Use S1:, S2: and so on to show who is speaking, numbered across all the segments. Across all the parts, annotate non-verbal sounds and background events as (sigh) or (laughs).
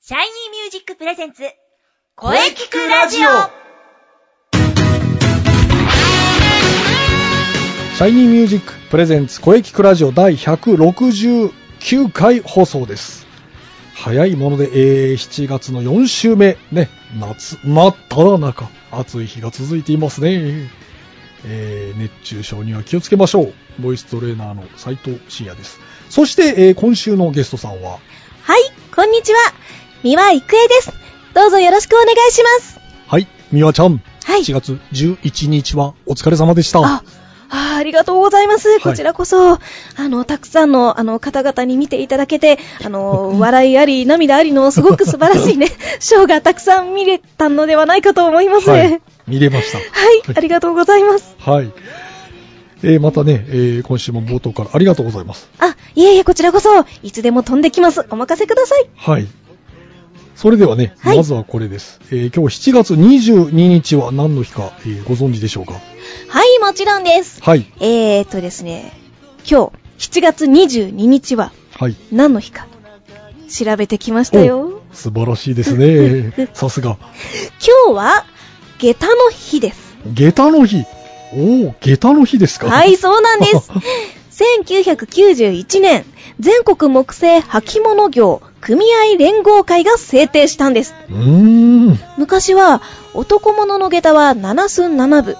S1: シャイニーミュージックプレゼンツ、
S2: 声聞くラジオ
S3: シャイニーミュージックプレゼンツ声聞くラジオ第169回放送です。早いもので、えー7月の4週目、ね、夏、真っ只中、暑い日が続いていますね。えー熱中症には気をつけましょう。ボイストレーナーの斉藤慎也です。そして、えー今週のゲストさんは、
S4: はい、こんにちは。三輪郁恵です。どうぞよろしくお願いします。
S3: はい、みわちゃん。
S4: はい
S3: 7月11日はお疲れ様でした。
S4: あ、あありがとうございます。
S3: い
S4: こちらこそ、あの、たくさんの、あの、方々に見ていただけて、あ
S3: (laughs)
S4: の、笑いあり、涙ありの、すごく素晴らしいね、ショーがたくさん見れたのではないかと思います。
S3: は
S4: はいい、、
S3: 見れました。
S4: ありがとうございます。
S3: はい。えーまたね、えー今週も冒頭からありがとうございます。
S4: あ、いえいえ、こちらこそ、いつでも飛んできます。お任せください。
S3: はい。それではね、
S4: はい
S3: まずはこれです。えー今日7月22日は何の日か、えーご存知でしょうか
S4: はい、もちろんです。
S3: はい。
S4: えーとですね、今日、7月22日は、
S3: はい。
S4: 何の日か調べてきましたよ
S3: お素晴らしいです
S4: (laughs)
S3: ね。さすが。
S4: 今日は下駄の日です
S3: 下駄の日。おお、下駄の日ですか
S4: はい。そうなんです
S3: (laughs)
S4: 1991年全国木製履物業組合連合会が制定したんです
S3: うーん。
S4: 昔は男物の下駄は7寸7分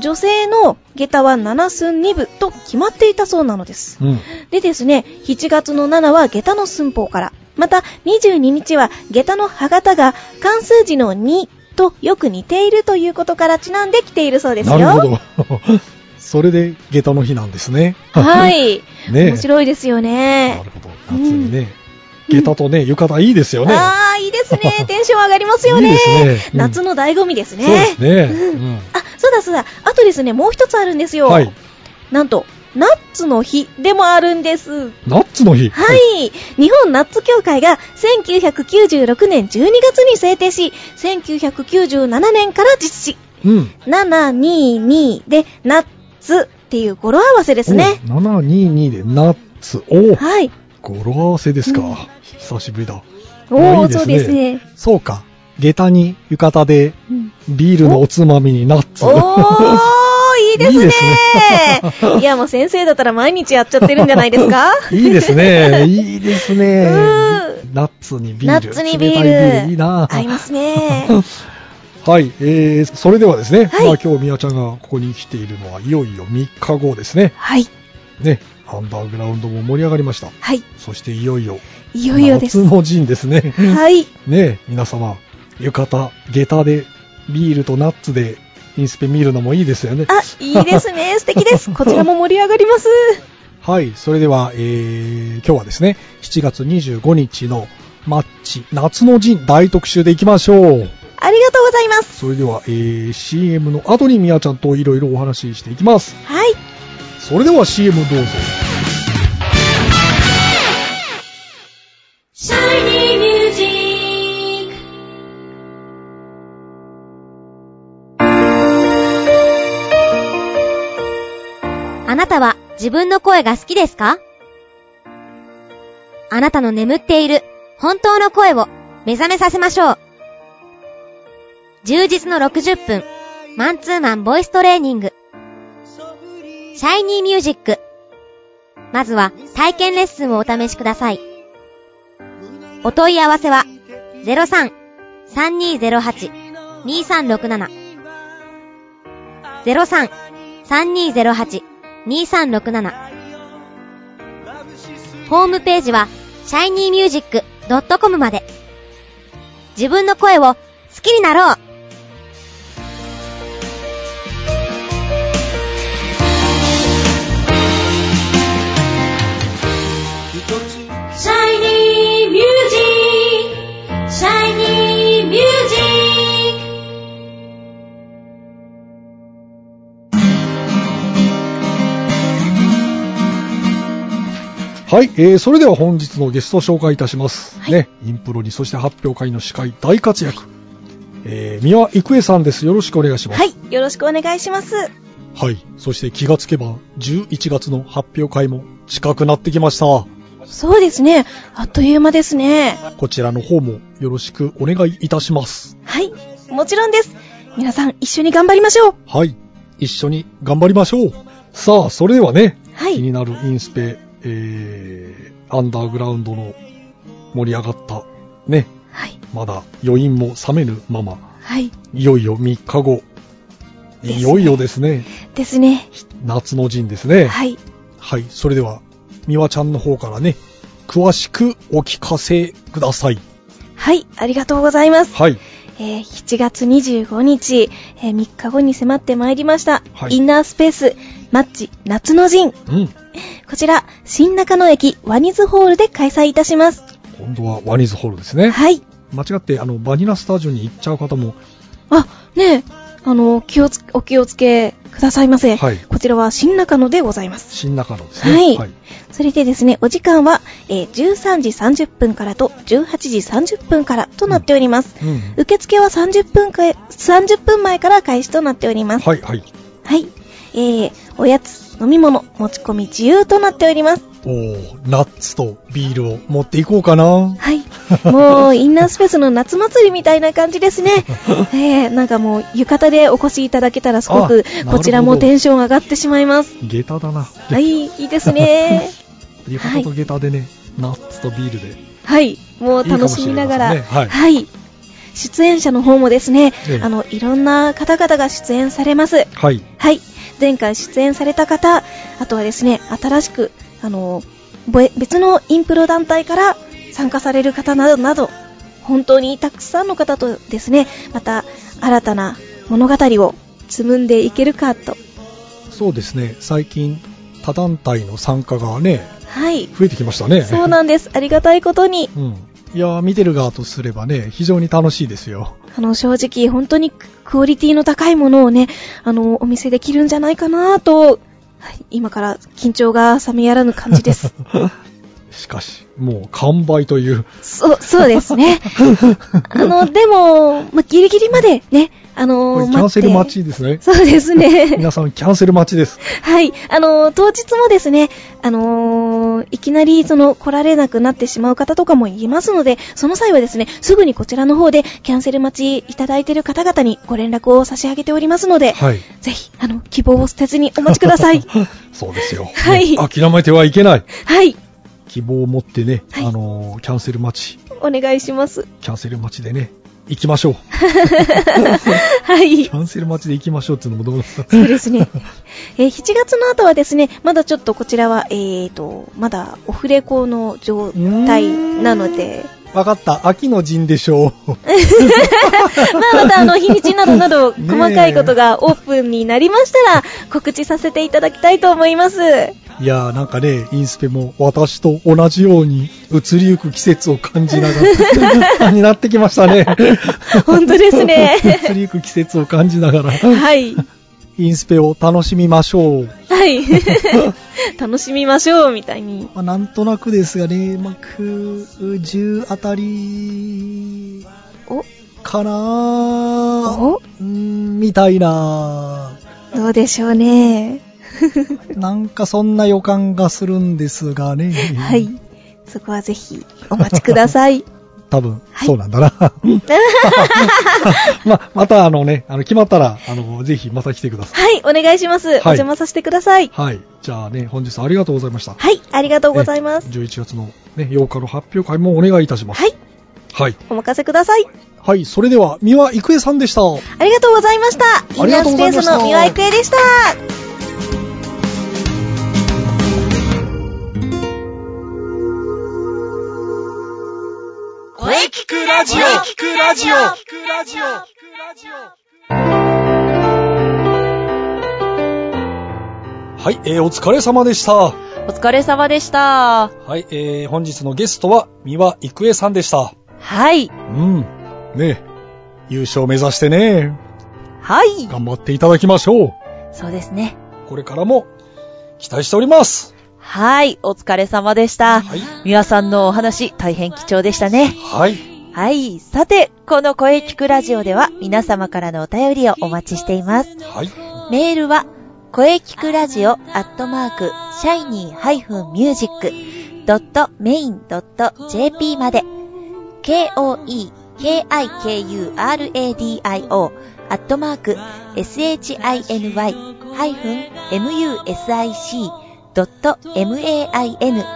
S4: 女性の下駄は7寸2分と決まっていたそうなのです
S3: うん。
S4: でですね、7月の7は下駄の寸法から、また22日は下駄の歯型が関数字の2とよく似ているということからちなんできているそうです
S3: な
S4: よ。
S3: るほど。 (laughs) それで下駄の日なんです (laughs) ね。
S4: はい。
S3: ね
S4: 面白いですよ
S3: な
S4: ね
S3: る。ほど。夏にね、下駄とね、浴衣いいですよね。
S4: ああ、いいです
S3: (laughs)
S4: ね。テンション上がりますよね。
S3: いいですねうん
S4: 夏の醍醐味ですね。
S3: そうですね。
S4: うんあ、そうだそうだ。あとですね、もう一つあるんです
S3: うん
S4: よ。
S3: はい。
S4: なんと、ナッツの日でもあるんです。
S3: ナッツの日。
S4: はい。日本ナッツ協会が1996年12月に制定し、1997年から実施。
S3: うん。
S4: 722でナッツっていう語呂合わせですね。
S3: お。722でナッツ。お
S4: はい。
S3: 語呂合わせですか。
S4: うん
S3: 久しぶりだ。
S4: お
S3: あ
S4: ー
S3: いい
S4: そうですね。
S3: そうか。下駄に浴衣で、
S4: うん
S3: ビールのおつまみにナッツ。
S4: おー (laughs) いいですね
S3: いいですね
S4: いや、もう先生だったら毎日やっちゃってるんじゃないですか
S3: (laughs) いいですね。いいですね
S4: う。
S3: ナッツにビール。
S4: ナッツにビール
S3: 冷たいビールいいな。
S4: 合いますね。
S3: はい、えー、それではですね、
S4: はい
S3: まあ今日みやちゃんがここに来ているのはいよいよ3日後ですね。
S4: はい。
S3: ね、アンダーグラウンドも盛り上がりました。
S4: はい。
S3: そしていよいよ、
S4: いよいよです。
S3: 夏の陣ですね。
S4: はい。
S3: ねえ、皆様、浴衣、下駄で、ビールとナッツで、インスペ見るのもいいですよね。
S4: あ、いいですね。素敵です。こちらも盛り上がります。
S3: はい、それでは、えー、今日はですね、7月25日のマッチ、夏の陣大特集でいきましょう。
S4: ありがとうございます。
S3: それでは、えー、CM の後にみやちゃんといろいろお話ししていきます。
S4: はい。
S3: それでは CM どうぞ。
S1: シャイニーミュージック
S5: あなたは自分の声が好きですかあなたの眠っている本当の声を目覚めさせましょう。充実の60分、マンツーマンボイストレーニング。シャイニーミュージック。まずは体験レッスンをお試しください。お問い合わせは03-3208-2367 03-3208-2367ホームページは shinymusic.com まで自分の声を好きになろう
S1: シャイニーミュージックシャイニーミュージッ
S3: はい、えー、それでは本日のゲストを紹介いたします。ね、インプロに、そして発表会の司会、大活躍。えー、三輪郁恵さんです。よろしくお願いします。
S4: は。い。よろしくお願いします。
S3: はい。そして気がつけば、11月の発表会も近くなってきました。
S4: そうですね。あっという間ですね。
S3: こちらの方もよろしくお願いいたします。
S4: はい。もちろんです。皆さん一緒に頑張りましょう。
S3: はい。一緒に頑張りましょう。さあ、それではね、
S4: は
S3: 気
S4: い。
S3: になるインスペ、えー、アンダーグラウンドの盛り上がった、ね、
S4: はい。
S3: まだ余韻も冷めぬまま、
S4: はい。
S3: いよいよ3日後、
S4: ですね
S3: いよいよですね、
S4: ですね。
S3: 夏の陣ですね。
S4: はい。
S3: はい、それでは、みわちゃんの方からね、詳しくお聞かせください。
S4: はい。ありがとうございます。
S3: はい、
S4: えー7月25日、え3日後に迫ってまいりました。
S3: はい
S4: インナースペース、マッチ夏の陣。
S3: うん、
S4: こちら、新中野駅ワニズホールで開催いたします。
S3: 今度はワニズホールですね。
S4: はい。
S3: 間違って、あの、バニラスタジオに行っちゃう方も、
S4: あ、ねえ、あの、気をつ、お気をつけくださいませ。
S3: はい
S4: こちらは新中野でございます。
S3: 新中野ですね。
S4: はいそれでですね、お時間は、えー13時30分からと18時30分からとなっております。
S3: うん、
S4: 受付は30分か、30分前から開始となっております。
S3: はい、はい。
S4: はい。えー、おやつ、飲み物、持ち込み自由となっております。
S3: おー、ナッツとビールを持っていこうかな。
S4: はい。もう、インナースペースの夏祭りみたいな感じ
S3: (laughs)
S4: ですね。えー、なんかもう、浴衣でお越しいただけたらすご
S3: あな
S4: く
S3: るほ、ど
S4: こちらもテンション上がってしまい
S3: (laughs)
S4: ます。
S3: 下駄だな。
S4: はい、いいです
S3: (laughs)
S4: ね。
S3: 床と下駄でね、ナッツとビールで。
S4: はい、もう楽しみながら。
S3: いいかもしれませんね
S4: はい。出演者の方もですね、
S3: ええ
S4: あの、いろんな方々が出演されます。
S3: はい。
S4: はい。前回出演された方、あとはですね、新しく、あの、ぼえ別のインプロ団体から参加される方など、など、本当にたくさんの方とですね、また新たな物語を紡んでいけるかと。
S3: そうですね、最近、他団体の参加がね、
S4: はい。
S3: 増えてきましたね。
S4: そうなんです。ありがたいことに。
S3: うん。いやー、見てる側とすればね、非常に楽しいですよ。
S4: あの、正直、本当にククオリティの高いものをね、あの、お見せできるんじゃないかなと、はい今から緊張が冷めやらぬ感じです。
S3: しかし、もう完売という。
S4: そう、そうですね。あの、でも、ま、ギリギリまでね、あ
S3: こ
S4: の
S3: れ
S4: ー、
S3: キャンセル待
S4: ち。
S3: ちです
S4: (laughs)
S3: ね。
S4: そうですね。
S3: 皆さん、キャンセル待ちです。
S4: はい。あのー、当日もですね、あのー、いきなり、その、来られなくなってしまう方とかもいますので、その際はですね、すぐにこちらの方で、キャンセル待ちいただいている方々にご連絡を差し上げておりますので、
S3: はい。
S4: ぜひ、あの、希望を捨てずにお待ちくださ
S3: (laughs)
S4: い。
S3: そうですよ。
S4: はい
S3: ね諦めてはいけない。
S4: はい。
S3: 希望を持ってね、
S4: はい
S3: あのーキャンセル待ち、
S4: お願いします。
S3: キャンセル待ちでね、行きましょう。
S4: はい
S3: キ。ャンセル待ちで行きましょうっていうのもどうですか (laughs)
S4: そうですね。 (laughs) えー7月の後はですね、まだちょっとこちらは、えーと、まだオフレコの状態なので、
S3: わかった、秋の陣で
S4: (laughs)
S3: しょう。
S4: まあまたあの、日にちなどなど
S3: ねえ
S4: 細かいことがオープンになりましたら、告知させていただきたいと思います。
S3: いやーなんかね、インスペも私と同じように移りゆく季節を感じなが
S4: (laughs)
S3: ら、になってきましたね。。
S4: 本当ですね
S3: (laughs) 移りゆく季節を感じながら、
S4: はい。
S3: インスペを楽しみましょう。
S4: はい。 (laughs) 楽しみましょう、みたいに。
S3: まあ、なんとなくですがね、まあ、10あたり
S4: お、
S3: かなー
S4: お、
S3: うーんみたいな、
S4: どうでしょうね。
S3: なんかそんな予感がするんですがね。
S4: はい。。そこはぜひ、お待ちください。
S3: 多分、
S4: はい
S3: そうなんだな。 (laughs) まあ、またあのね、あの、決まったら、あの、ぜひまた来てください。
S4: はい、お願いします。お邪魔させてください。
S3: はい。じゃあね、本日はありがとうございました。ありが
S4: はい、ありがとうございます。
S3: 11月のね、8日の発表会もお願いいたします。
S4: はい、
S3: はい。
S4: お任せください。
S3: はい、それでは、三輪郁恵さんでした。
S4: ありがとうございました。
S3: あ
S4: イン
S3: り
S4: ナ
S3: が
S4: ー
S3: とう
S4: スペース
S3: ございました
S4: の三輪郁恵でした。
S2: 声聞くラジオ声聞くラジオ
S3: はい、えー、お疲れ様でした。
S6: お疲れ様でした。
S3: はい、えー、本日のゲストは、三輪郁恵さんでした。
S6: はい。
S3: うん。ね優勝目指してね、
S6: はい。
S3: 頑張っていただきましょう。
S6: そうですね。
S3: これからも、期待しております。
S6: はい。お疲れ様でした。
S3: はい。
S6: 皆さんのお話、大変貴重でしたね。
S3: はい。
S6: はい。さて、この声聞くラジオでは、皆様からのお便りをお待ちしています。
S3: はい。
S6: メールは、声聞くラジオアットマーク、シャイニーハイフンミュージック、 k-o-e.main.jp まで、k-o-e-k-i-k-u-r-a-d-i-o アットマーク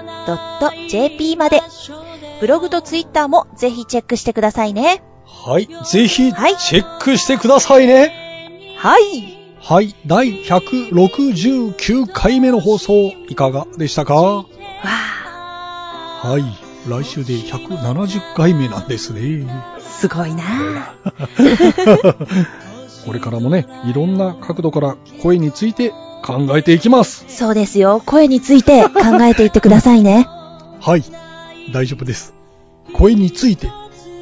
S6: shiny-music.main.jp まで、ブログとツイッターもぜひチェックしてくださいね。
S3: はい。ぜひ、チ
S6: はい
S3: ェックしてくださいね。
S6: はい。
S3: はい。第169回目の放送、いかがでしたか
S6: わあ、
S3: はい。来週で170回目なんですね。
S6: すごいな
S3: これからもね、いろんな角度から声について考えていきます。
S6: そうですよ。声について考えていってくださいね。
S3: はい。大丈夫です。声について、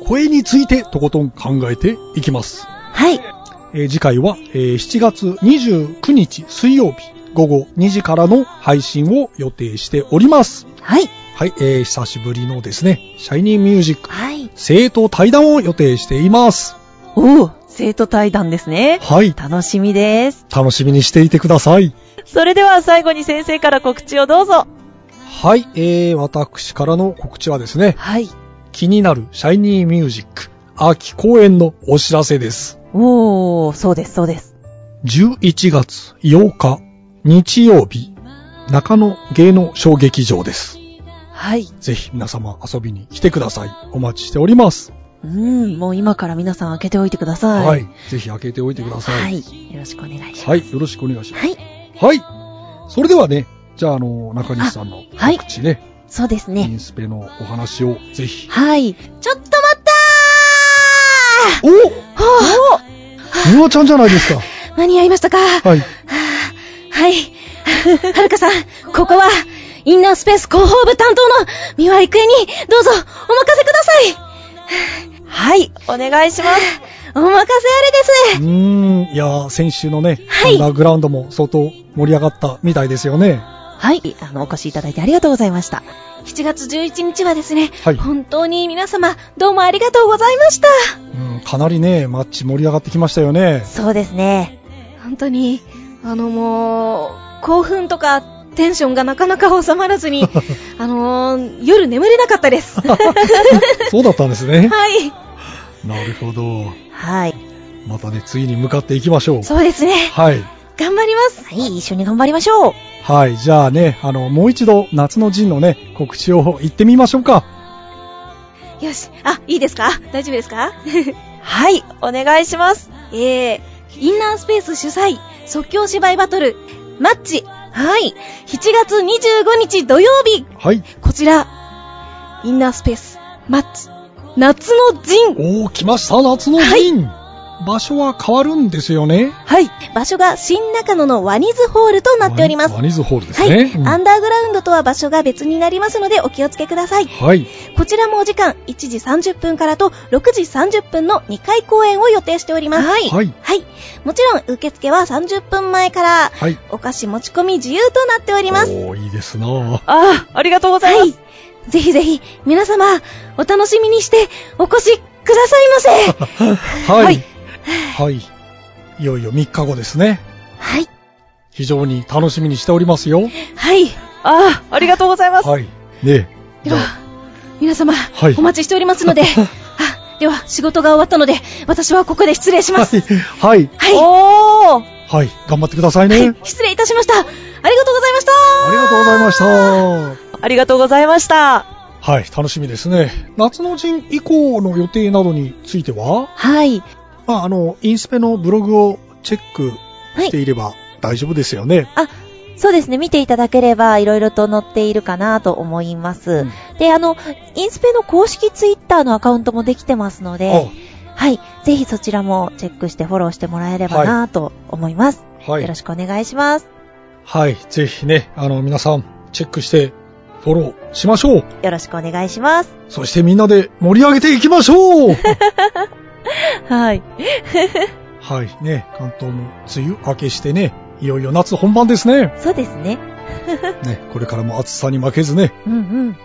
S3: 声についてとことん考えていきます。
S6: (laughs) はい。
S3: えー次回は、えー7月29日水曜日午後2時からの配信を予定しております。
S6: はい。
S3: はい、えー久しぶりのですね、シャイニーミュージック、
S6: はい。
S3: 生徒対談を予定しています。
S6: おお、生徒対談ですね。
S3: はい、
S6: 楽しみです。
S3: 楽しみにしていてください。
S6: それでは最後に先生から告知をどうぞ。
S3: はい、えー、私からの告知はですね、
S6: はい。
S3: 気になるシャイニーミュージック、秋公演のお知らせです。
S6: おー、そうです、そうです。
S3: 11月8日日曜日中野芸能小劇場です。
S6: はい。
S3: ぜひ皆様遊びに来てください。お待ちしております。
S6: うん、もう今から皆さん開けておいてください。
S3: はい。。ぜひ開けておいてくださ。
S6: はいい。よろしくお願いします。
S3: はい。よろしくお願いしま
S4: はい。
S3: す。はい。それではね、じゃあ、あの、中西さんの
S6: あはい
S3: 告知ね、
S4: そうです
S3: イ
S4: ね。
S3: ンスペのお話をぜひ。
S6: はい。
S4: ちょっと待った
S3: おみわちゃんじゃないですか。
S4: ー間に合いましたか
S3: はい。
S4: はい。 (laughs) はるかさん、ここは、インナースペース広報部担当の三輪育恵に、どうぞ、お任せください
S6: はい。お願いします。
S4: (laughs) お任せあれで
S3: う
S4: す
S3: ーん。いやー、先週のね、
S4: はい
S3: アンダーグラウンドも相当盛り上がったみたいですよね。
S6: はい。あの、お越しいただいてありがとうございました。
S4: 7月11日はですね、
S3: はい
S4: 本当に皆様、どうもありがとうございました
S3: うん、かなりね、マッチ盛り上がってきましたよ
S4: (laughs)
S3: ね。
S6: そうですね。
S4: 本当に、あのもう、興奮とか、テンションがなかなか収まらず
S3: (laughs)
S4: に、あのー夜眠れなかったです。は
S3: そうだったんですね。
S4: い。
S3: なるほど。
S6: はい。
S3: またね、次に向かっていきましょう。
S4: そうですね。
S3: はい。
S4: 頑張ります。
S6: はい。一緒に頑張りましょう。
S3: はい。じゃあね、あの、もう一度、夏の陣のね、告知を言ってみましょうか。
S4: よし。あ、いいですか大丈夫ですか
S6: はい。お願いします。
S4: えー、インナースペース主催、即興芝居バトル、マッチ。はい。7月25日土曜日、
S3: はい。
S4: こちら、インナースペース、マッチ、夏の陣。
S3: おー、来ました、夏の陣、場所は変わるんですよね。
S6: はい。
S4: 場所が新中野のワニズホールとなっております
S3: ワ。ニワニズホールです
S4: はい、
S3: ね。うん
S4: アンダーグラウンドとは場所が別になりますのでお気をつけください。
S3: はい。
S4: こちらもお時間1時30分からと6時30分の2回公演を予定しております。はい
S3: はい。
S4: はい。もちろん受付は30分前から
S3: はい。
S4: お菓子持ち込み自由となっております。
S3: おー、いいですな
S6: ああ、ありがとうございます。
S4: はい。ぜひぜひ皆様お楽しみにしてお越しくださいま
S6: (laughs)
S4: せ。
S3: はい。はい。いよいよ3日後ですね。
S4: はい。
S3: 非常に楽しみにしておりますよ。
S4: はい。
S6: ああ、ありがとうございます。
S3: はい。ねえ。
S4: では、皆様、
S3: はい
S4: お待ちしております
S6: (laughs)
S4: ので、あ、では仕事が終わったので私はここで失礼します。
S3: はい。
S4: はい。
S6: おー。
S3: はい。頑張ってくださいね。
S4: はい、失礼いたしました。ありがとうございました。
S3: ありがとうございました。
S6: ありがとうございました。
S3: はい。楽しみですね。夏の陣以降の予定などについては、
S6: はい。
S3: まあ、あの、インスペのブログをチェックしていれば大丈夫ですよね。
S6: そうですね。見ていただければ、いろいろと載っているかなと思います。
S3: うん
S6: で、あの、インスペの公式ツイッターのアカウントもできてますので、はい。ぜひそちらもチェックしてフォローしてもらえればなと思います、
S3: あは
S6: よろ
S3: い。
S6: しくお願いします。
S3: はい。ぜひね、あの、皆さん、チェックして、フォローしましょう。
S6: よろしくお願いします。
S3: そしてみんなで盛り上げていきましょう
S6: (laughs) はい。
S3: はい。ね、関東も梅雨明けしてね、いよいよ夏本番ですね。
S6: そうですね。
S3: ね、これからも暑さに負けずね、
S6: うん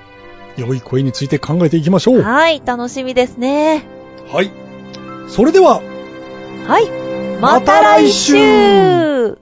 S3: 良い声について考えていきましょ
S6: う。。
S3: うん
S6: はい。楽しみですね。
S3: はい。それでは、
S6: はい。
S3: また来週
S6: また来週